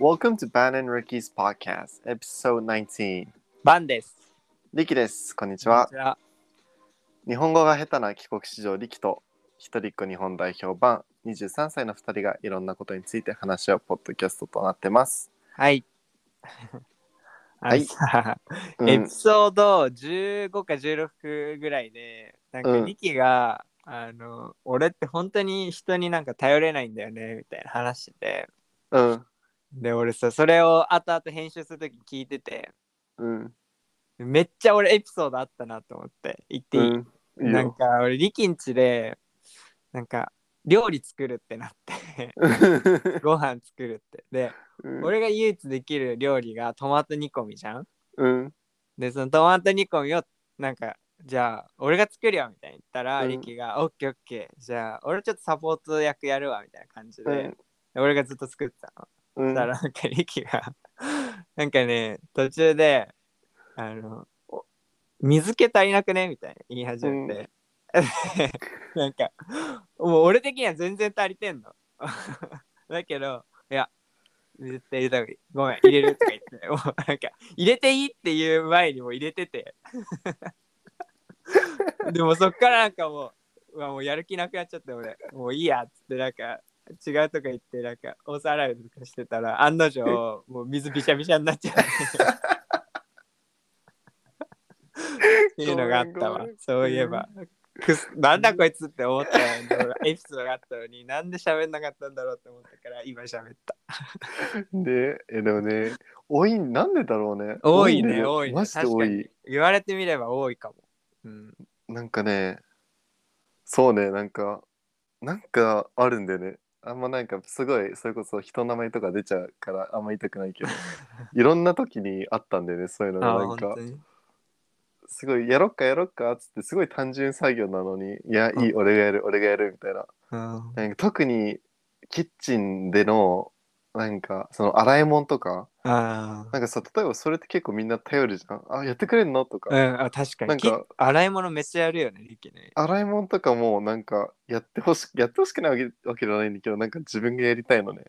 Welcome to Ban and Ricky's podcast, episode 19. バンです。リキです。こんにちこんはに。ちは。日本語が下手な帰国子女リキと一人っ子日本代表版23歳の2人がいろんなことについて話し合うポッドキャストとなってます。はい。はいあうのさ。んエピソード15か16ぐらいで、なんうかんリキが、あの、俺って本当に人になんか頼れないんだよね、みたいな話してて。うんで、俺さ、それを後々編集するとき聞いてて、うんめっちゃ俺エピソードあったなと思って、言ってういい、んいいなんよ。か俺リキんちで、なんか料理作るってなって、ご飯作るって。で、うん俺が唯一できる料理がトマト煮込みじゃんうんで、そのトマト煮込みを、なんか、じゃあ、俺が作るよみたいに言ったら、うんリキが、オッケーオッケー、じゃあ、俺ちょっとサポート役やるわ、みたいな感じで、うんで俺がずっと作ってたの。うそしたんら、なんか、リキが、 なんかね、途中で、あの、お水気足りなくねみたいな言い始めて、 なんか、もう俺的には全然足りてんの。 だけど、いや、絶対入れた方がいい。ごめん、入れるとか言って、もうなんか、入れていいっていう前にもう入れ てて。でもそっからなんかもう、うわもうやる気なくなっちゃって俺、もういいやっつってなんか、違うとか言って、なんか、お皿洗いとかしてたら、案の定、もう水びしゃびしゃになっ ちゃって。っていうのがあっごめんたごわめん。そういえば。くすなんだこいつって思ったよね俺エピソードがあったのになんで喋んなかったんだろうって思ったから今喋ったで、え、でもね、多い、なんでだろうね。多いねんだよ多いねマジで多確い。言われてみれば多いかも、うん、なんかね、そうね、なんか、なんかあるんだよね。あんまなんかすごい、それこそ人の名前とか出ちゃうからあんま言いたくないけど、 いろんな時にあったんだよね、そういうのが。あなん本か当、にすごい、やろっかやろっかっつって、すごい単純作業なのに、いや、うんいい、俺がやる、俺がやるみたいな。うんなんか特に、キッチンでの、なんか、その洗い物とか、あーなんかさ、例えばそれって結構みんな頼るじゃん。あ、やってくれんのとかう。ん、あ確かなにんかき洗い物めっちゃやるよねリキね洗い物とかもなんかやってほし やってほしくないわけわけじゃないんだけどなんか自分がやりたいのね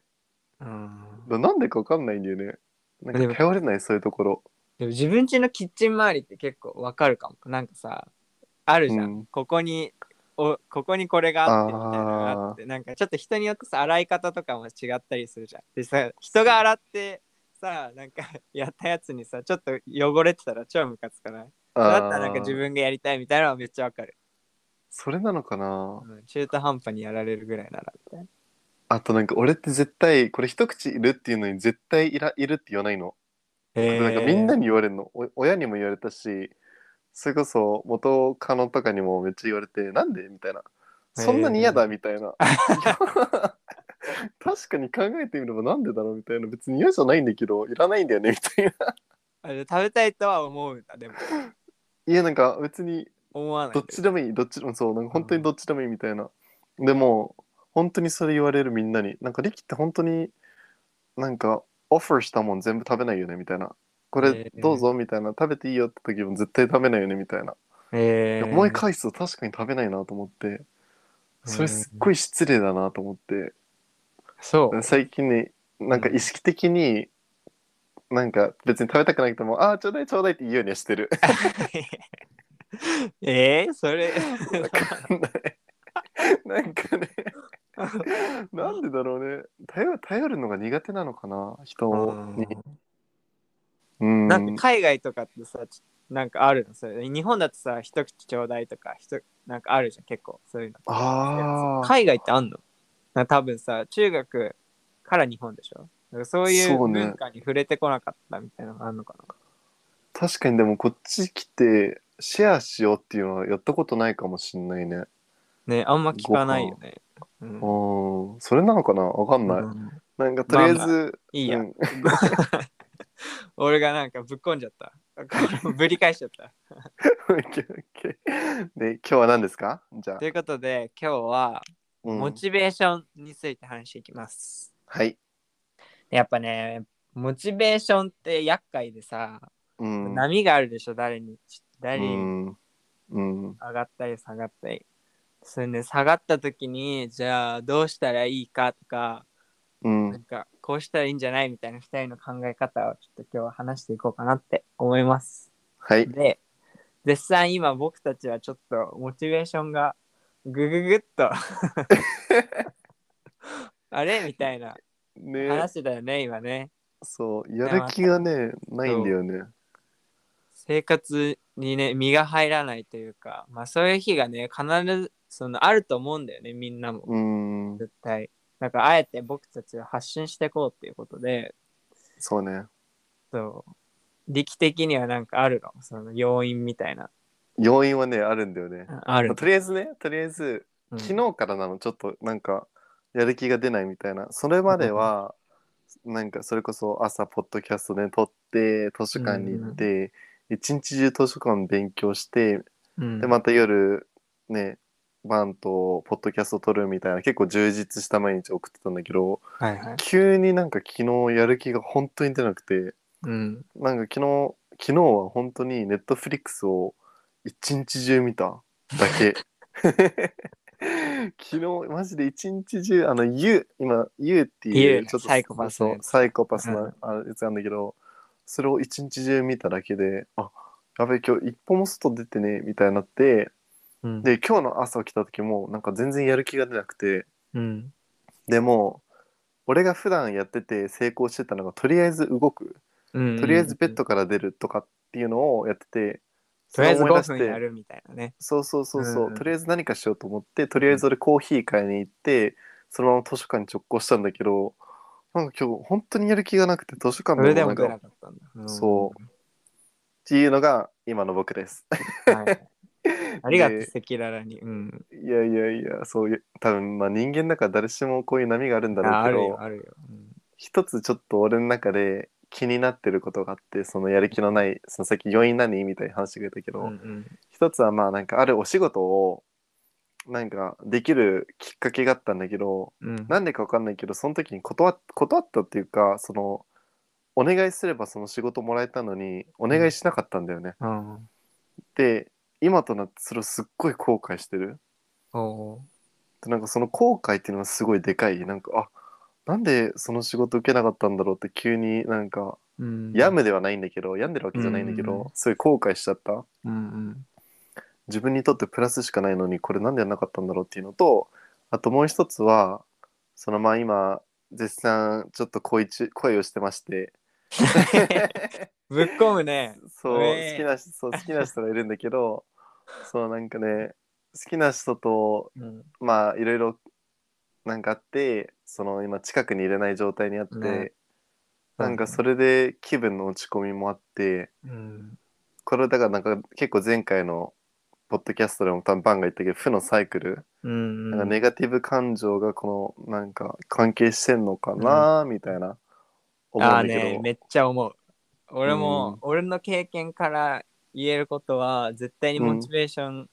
うんだなんでかわかんないんだよねなでんもか頼れないそういうところでも自分家のキッチン周りって結構わかるかもなんかさあるじゃん、うんここにおここにこれがあってみたいなのがあってなんかちょっと人によってさ洗い方とかも違ったりするじゃんでさ人が洗ってさなんか やったやつにさちょっと汚れてたら超ムカつかないあだーったらなんか自分がやりたいみたいなのはめっちゃわかる、それなのかなうん中途半端にやられるぐらいならみたいなあとなんか俺って絶対これ一口いるっていうのに絶対いらいるって言わないの、えなんかみんなに言われるのお親にも言われたしそれこそ元カノとかにもめっちゃ言われてなんでみたいなそんなに嫌だみたいな、 確かに考えてみればなんでだろうみたいな別に嫌じゃないんだけどいらないんだよねみたいなあで食べたいとは思うんだでもいやなんか別に思わないどっちでもいいどっちでもそうなんか本当にどっちでもいいみたいな、でも本当にそれ言われるみんなになんかリキって本当になんかオファーしたもん全部食べないよねみたいなこれえーどうぞみたいな、食べていいよって時も絶対食べないよねみたいな、えー思い返すと確かに食べないなと思ってそれすっごい失礼だなと思って、そう最近ねなんか意識的に、なんか別に食べたくなくても「ああちょうだいちょうだい」って言うようには してる えー、それわかんないなんかねなんでだろうね頼頼るのが苦手なのかな人にうんなんか海外とかってさちなんかあるのそれ日本だとさ一口ちょうだいとかひとなんかあるじゃん結構そういうのああ海外ってあんのなんか多分さ中学から日本でしょなんかそういうそうね文化に触れてこなかったみたいなのがあるのかな確かにでもこっち来てシェアしようっていうのはやったことないかもしんないねねあんま聞かないよね、うんうんそれなのかなわかんない、うんなんかとりあえず、いいや、うん 俺がなんかぶっこんじゃった ぶり返しちゃったオッケーオッケーで今日は何ですかじゃあと、いうことで今日はうんモチベーションについて話していきます、はい、やっぱね、モチベーションって厄介でさ、うん、波があるでしょ、誰に、誰うにんうん上がったり下がったり。それで、下がった時に、じゃあどうしたらいいかとか、うんなんか、こうしたらいいんじゃないみたいな二人の考え方をちょっと今日は話していこうかなって思います。はいで、絶賛今僕たちはちょっとモチベーションがぐぐぐっと あれみたいなね話だよね、今ね。そうやる気がねないんだよね生活にね、身が入らないというか、まあそういう日がね、必ずそのあると思うんだよね、みんなも。うん絶対。だからあえて僕たちを発信していこうっていうことで、そうねそう力的にはなんかあるの、その要因みたいな。要因はねあるんだよね、あるまあとりあえずねとりあえずうん昨日からなのちょっとなんかやる気が出ないみたいなそれまではなんかそれこそ朝ポッドキャストで撮って図書館に行って一日中図書館勉強してうんでまた夜ねバンとポッドキャスト撮るみたいな結構充実した毎日送ってたんだけどはいはい。急になんか昨日やる気が本当に出なくてうん。なんか昨日昨日は本当にネットフリックスを一日中見ただ け昨日マジで一日中あの YOU 今 YOU ってい You うねサイコパスそうサイコパスうなあやつなんだけどそれを一日中見ただけであやべえ今日一歩も外出てねみたいになってうん、で今日の朝起きた時もなんか全然やる気が出なくてうん。でも俺が普段やってて成功してたのがとりあえず動くうんとりあえずベッ。ドから出るとかっていうのをやってて、とりあえずそれを思い5出して分やるみたいなね。そうそうそうそう、うんとりあえず何かしようと思ってとりあえず俺コーヒー買いに行ってそのまま図書館に直行したんだけどなんか今日本当にやる気がなくて図書そ館れででもなもん出なかかったんだ。。そうっていうのが今の僕です。 はい、ありがとう、で赤裸々に。うん。いやいやいやそういう多分まあ人間だから誰しもこういう波があるんだあろあうけるどよ、あるよ。うん一つちょっと俺の中で気になってることがあってそのやる気のないそのさっき要因何みたいな話が出たけど、うんうん一つはまあなんかあるお仕事をなんかできるきっかけがあったんだけどうんなんでか分かんないけどその時に断っ断ったっていうかそのお願いすればその仕事もらえたのにお願いしなかったんだよね。うん。で今となってそれをすっごい後悔してる。おうでなんかその後悔っていうのがすごいでかいなんかあなんでその仕事受けなかったんだろうって急になんかうん。病むではないんだけど病んでるわけじゃないんだけうんどすごい後悔しちゃった。うん自分にとってプラスしかないのにこれなんでやんなかったんだろうっていうのとあともう一つはそのまあ今絶賛ちょっと恋中恋をしてまして うん。ぶっ込むね。そうう好えーきな人そう好きな人がいるんだけどそうなんかね好きな人とうん。まあいろいろなんかあってその今近くに入れない状態にあって、ねなんかそれで気分の落ち込みもあってうん。これだからなんか結構前回のポッドキャストでも多分バンが言ったけど負のサイクル、うん。なんかネガティブ感情がこのなんか関係してんのかなみたいな思うああんだねけ、ど、めっちゃ思う。俺うも、ん俺の経験から言えることは、絶対にモチベーション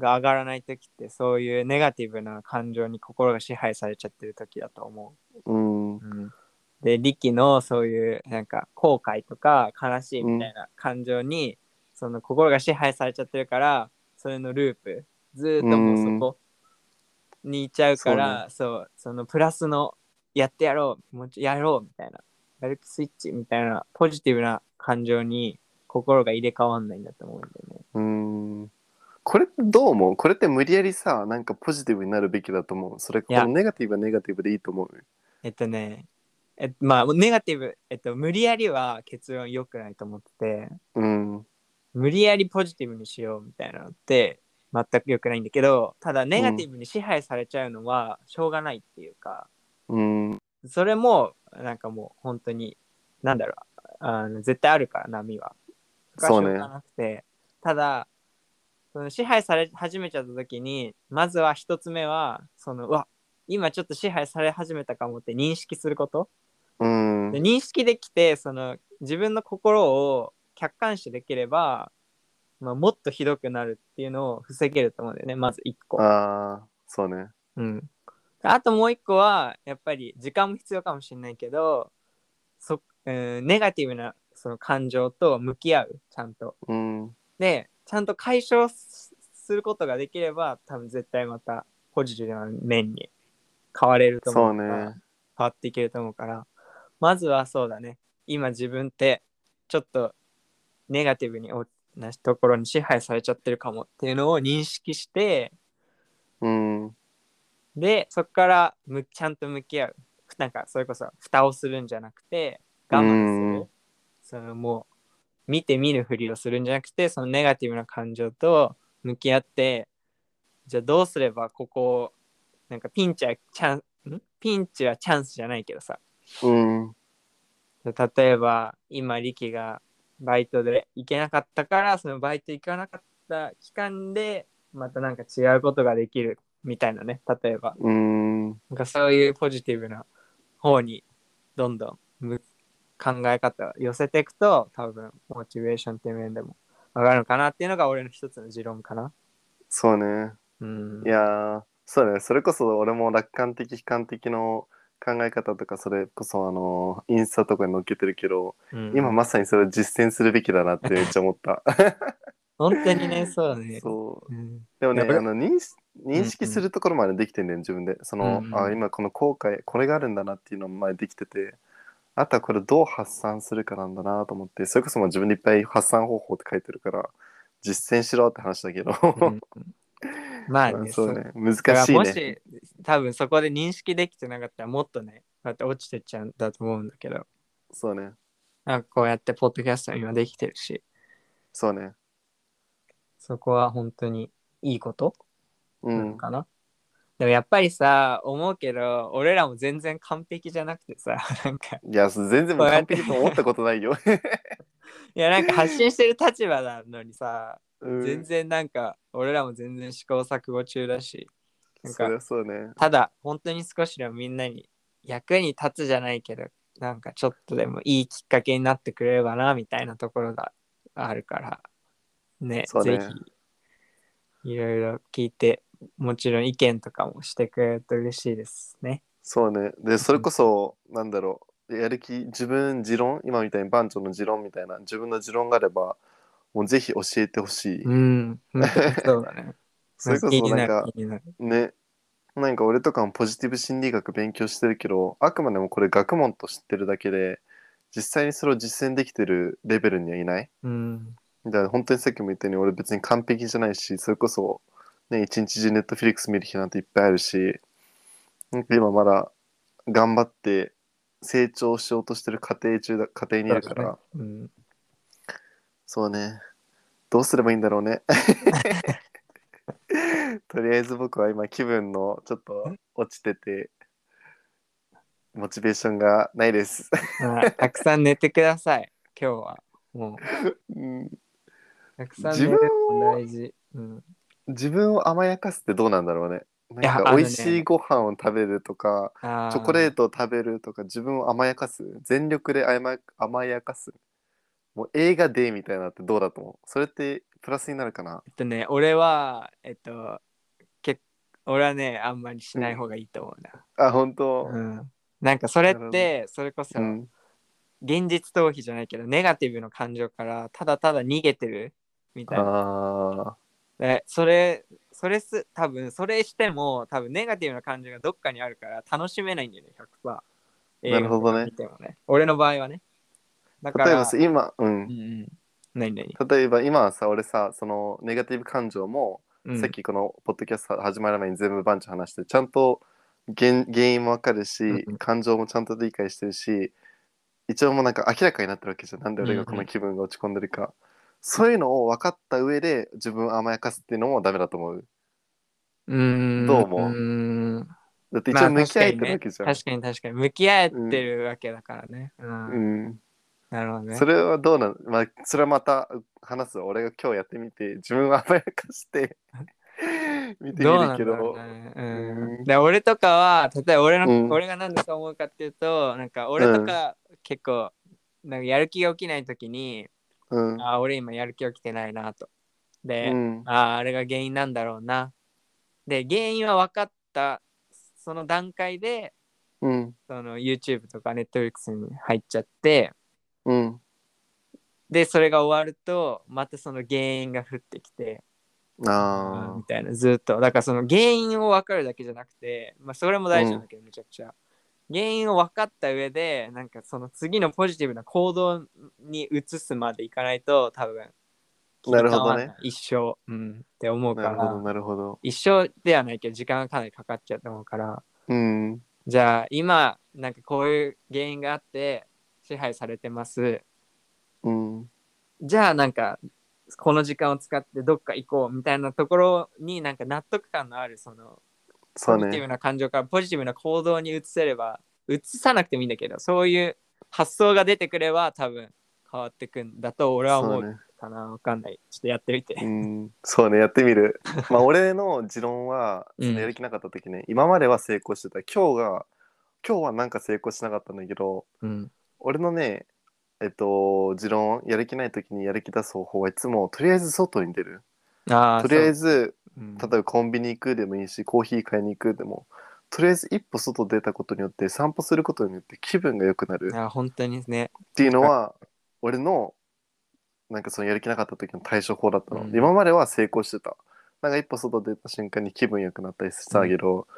が上がらない時って、そういうネガティブな感情に心が支配されちゃってる時だと思うんう。で、リキのそういう、なんか、後悔とか悲しいみたいな感情に、その心が支配されちゃってるから、それのループ、ずーっともうそこにいっちゃうから、そう,、そのプラスのやってやろう、もうちょやろうみたいな、やる気スイッチみたいな、ポジティブな感情に心が入れ替わんないんだと思うんだよね。うんこれってどう思うこれって無理やりさなんかポジティブになるべきだと思うそれかいこやのネガティブはネガティブでいいと思うえっとね、えまあ、ネガティブ、えっと、無理やりは結論良くないと思ってて、うん無理やりポジティブにしようみたいなのって、全く良くないんだけど、ただネガティブに支配されちゃうのはしょうがないっていうか、うんそれも、なんかもう本当に、なんだろう、あの絶対あるから、波は。そうねしょがなくて、ただ、その支配され始めちゃった時に、まずは一つ目は、その、うわ、今ちょっと支配され始めたかもって認識すること。うんで認識できて、その、自分の心を客観視できれば、まあ、もっとひどくなるっていうのを防げると思うんだよね、まず一個。ああそうねうん、あともう一個はやっぱり時間も必要かもしれないけどそ、うんネガティブなその感情と向き合うちゃんと。うんでちゃんと解消すすることができれば多分絶対またポジティブな面に変われると思そううからね変わっていけると思うから、まずはそうだね。今自分って、ちょっとネガティブにおなところに支配されちゃってるかもっていうのを認識して、うん。で、そこからむちゃんと向き合う。なんか、それこそ、蓋をするんじゃなくて、我慢すうる。そのもう、見て見ぬふりをするんじゃなくて、そのネガティブな感情と向き合って、じゃあどうすればここを、なんかピンチはチャン、んピンチはチャンスじゃないけどさ、うん。例えば今リキがバイトで行けなかったからそのバイト行かなかった期間でまたなんか違うことができるみたいなね例えばうん。なんかそういうポジティブな方にどんどんむ考え方を寄せていくと多分モチベーションっていう面でも上がるのかなっていうのが俺の一つの持論かなそうね。うんいやーそうだね。それこそ俺も楽観的、悲観的の考え方とか、それこそあの、インスタとかに載っけてるけど、うん今まさにそれを実践するべきだなってめっちゃ思った。本当にねそうだ ねそう。うんでもね、いや俺あの認識認識するところまでできてんねん、自分で。その、うんうんあ今この後悔、これがあるんだなっていうのも前できてて、あとはこれどう発散するかなんだなと思って、それこそもう自分でいっぱい発散方法って書いてるから、実践しろって話だけど。 うんまあねそうね、難だしかいらもね。し多分そこで認識できてなかったらもっとねだって落ちてっちゃうんだと思うんだけどそうね。なんかこうやってポッドキャストも今できてるしそうね。そこは本当にいいことうなんの。かな、でもやっぱりさ思うけど俺らも全然完璧じゃなくてさ なんかいや、全然もう完璧と思ったことない よ。いやなんか発信してる立場なのにさ、うん全然なんか俺らも全然試行錯誤中だしなんそかりゃそうね。ただ本当に少しでもみんなに役に立つじゃないけどなんかちょっとでもいいきっかけになってくれればなみたいなところがあるからねそうねぜひいろいろ聞いてもちろん意見とかもしてくれると嬉しいですね。そうね。で、それこそ、なんだろう。やる気、自分、持論、今みたいに番長の持論みたいな、自分の持論があれば、もうぜひ教えてほしい。うん、本当にそうだね。 それこそ、なんか、気になる気になるね。なんか俺とかもポジティブ心理学勉強してるけど、あくまでもこれ学問と知ってるだけで、実際にそれを実践できてるレベルにはいない。うん、だから本当にさっきも言ったように俺別に完璧じゃないしそれこそ、ね、一日中ネットフィリックス見る日なんていっぱいあるしなんか今まだ頑張って成長しようとしてる過程中だ過程にいるからそう,、うん、ねどうすればいいんだろう ねとりあえず僕は今気分のちょっと落ちててモチベーションがないです、まあたくさん寝てください今日はもううんたくさん寝るの大事。うん自分を甘やかすってどうなんだろうねいやなんあかの美ね味しいご飯を食べるとか、あチョコレーートを食べるとか自分を甘やかす全力で甘や甘やかすもう映画デーみたいなのってどうだと思うそれってプラスになるかなえっとね、俺は、えっと、け俺はね、あんまりしない方がいいと思うな。あ本当うん、なんかそれって、それこそ、うん現実逃避じゃないけど、ネガティブの感情からただただ逃げてるみたいな。あでそれ、それす、多分それしても、多分ネガティブな感情がどっかにあるから楽しめないんだよね、100%。なるほどね映画とか見てもね。俺の場合はね。だかー例えばら、さ今うんうんうん。何何例えば今はさ俺さそのネガティブ感情も、うんさっきこのポッドキャスト始まる前に全部番長話してちゃんと原原因もわかるし、うんうん感情もちゃんと理解してるし一応もうなんか明らかになってるわけじゃんなんで俺がこの気分が落ち込んでるか、そういうのを分かった上で自分を甘やかすっていうのもダメだと思ううーんどう思うーんだって一まあ応向き合えてるわけじゃん、確かに確かに向き合えてるわけだからね。うん。うん、なるほどね。それはどうなの、まあ、それはまた話すわ俺が今日やってみて自分を甘やかして 見てみどうなるんけだろどうね。ううんんで俺とかは例えば俺の、うん俺がなんでそう思うかっていうとなんか俺とか結構、なんかやる気が起きない時にうんあー俺今やる気起きてないなと。で、うんあああれが原因なんだろうな。で原因は分かったその段階でうんその YouTube とか Netflix に入っちゃってうんでそれが終わるとまたその原因が降ってきてあみたいなずっとだからその原因を分かるだけじゃなくて、まあ、それも大事なんだけど、めちゃくちゃ原因を分かった上でなんかその次のポジティブな行動に移すまでいかないと多分なるほどね時間はない一生、うん、って思うかなるほどらなるほど一生ではないけど時間がかなりかかっちゃうと思うからうんじゃあ今なんかこういう原因があって支配されてますうんじゃあなんかこの時間を使ってどっか行こうみたいなところになんか納得感のあるそのそうポジティブねな感情からポジティブな行動に移せれば移さなくてもいいんだけどそういう発想が出てくれば多分変わってくんだと俺は思そううねかなわかんないちょっとやってみてうんそうねやってみ るまあ俺の持論はうそんのやる気なかった時ね、今までは成功してた今日が今日はなんか成功しなかったんだけどうん俺のねえっと持論やる気ない時にやる気出す方法はいつもとりあえず外に出るああとりあえずず例えたばコンビニ行くでもいいしコーヒー買いに行くでもとりあえず一歩外出たことによって散歩することによって気分が良くなるっあー本当にねていうのは俺のなんかそのやる気なかった時の対処法だったの、うん今までは成功してたなんか一歩外出た瞬間に気分良くなったりしてたけど、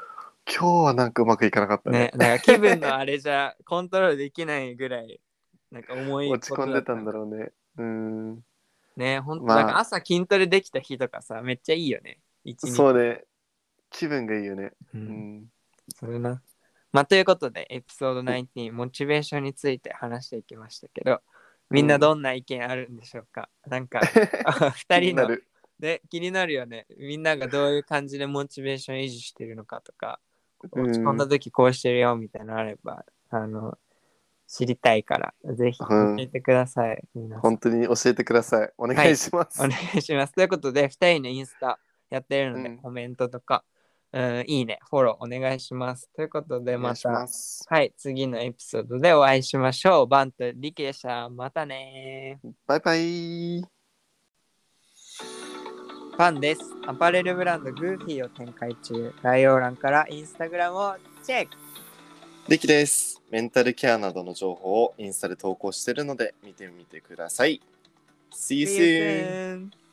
今日はなんかうまくいかなかったねねだから気分のあれじゃコントロールできないぐらいなんか重い落ち込んでたんだろろうねうんね本当、まあなんか朝筋トレできた日とかさめっちゃいいよね一日そうね気分がいいよねううんんそれな。まあ、ということで、エピソード19、モチベーションについて話していきましたけど、みんなどんな意見あるんでしょうか、なん か、2人気になの、るね、気になるよね。みんながどういう感じでモチベーション維持してるのかとか、うん落ち込んだ時こうしてるよみたいなのあれば、あの、知りたいから、ぜひ教えてください。皆さん本当に教えてくださいお願いします、お願いします。ということで、2人のインスタやってるので、うんコメントとか、うん、いいね、フォローお願いします。ということで、お願まいしたますはい、次のエピソードでお会いしましょう。バンとリキでした。またねバイバイパンです。アパレルブランドグーフィーを展開中。概要欄からインスタグラムをチェックリキです。メンタルケアなどの情報をインスタで投稿しているので見てみてください。See you soon! See you soon.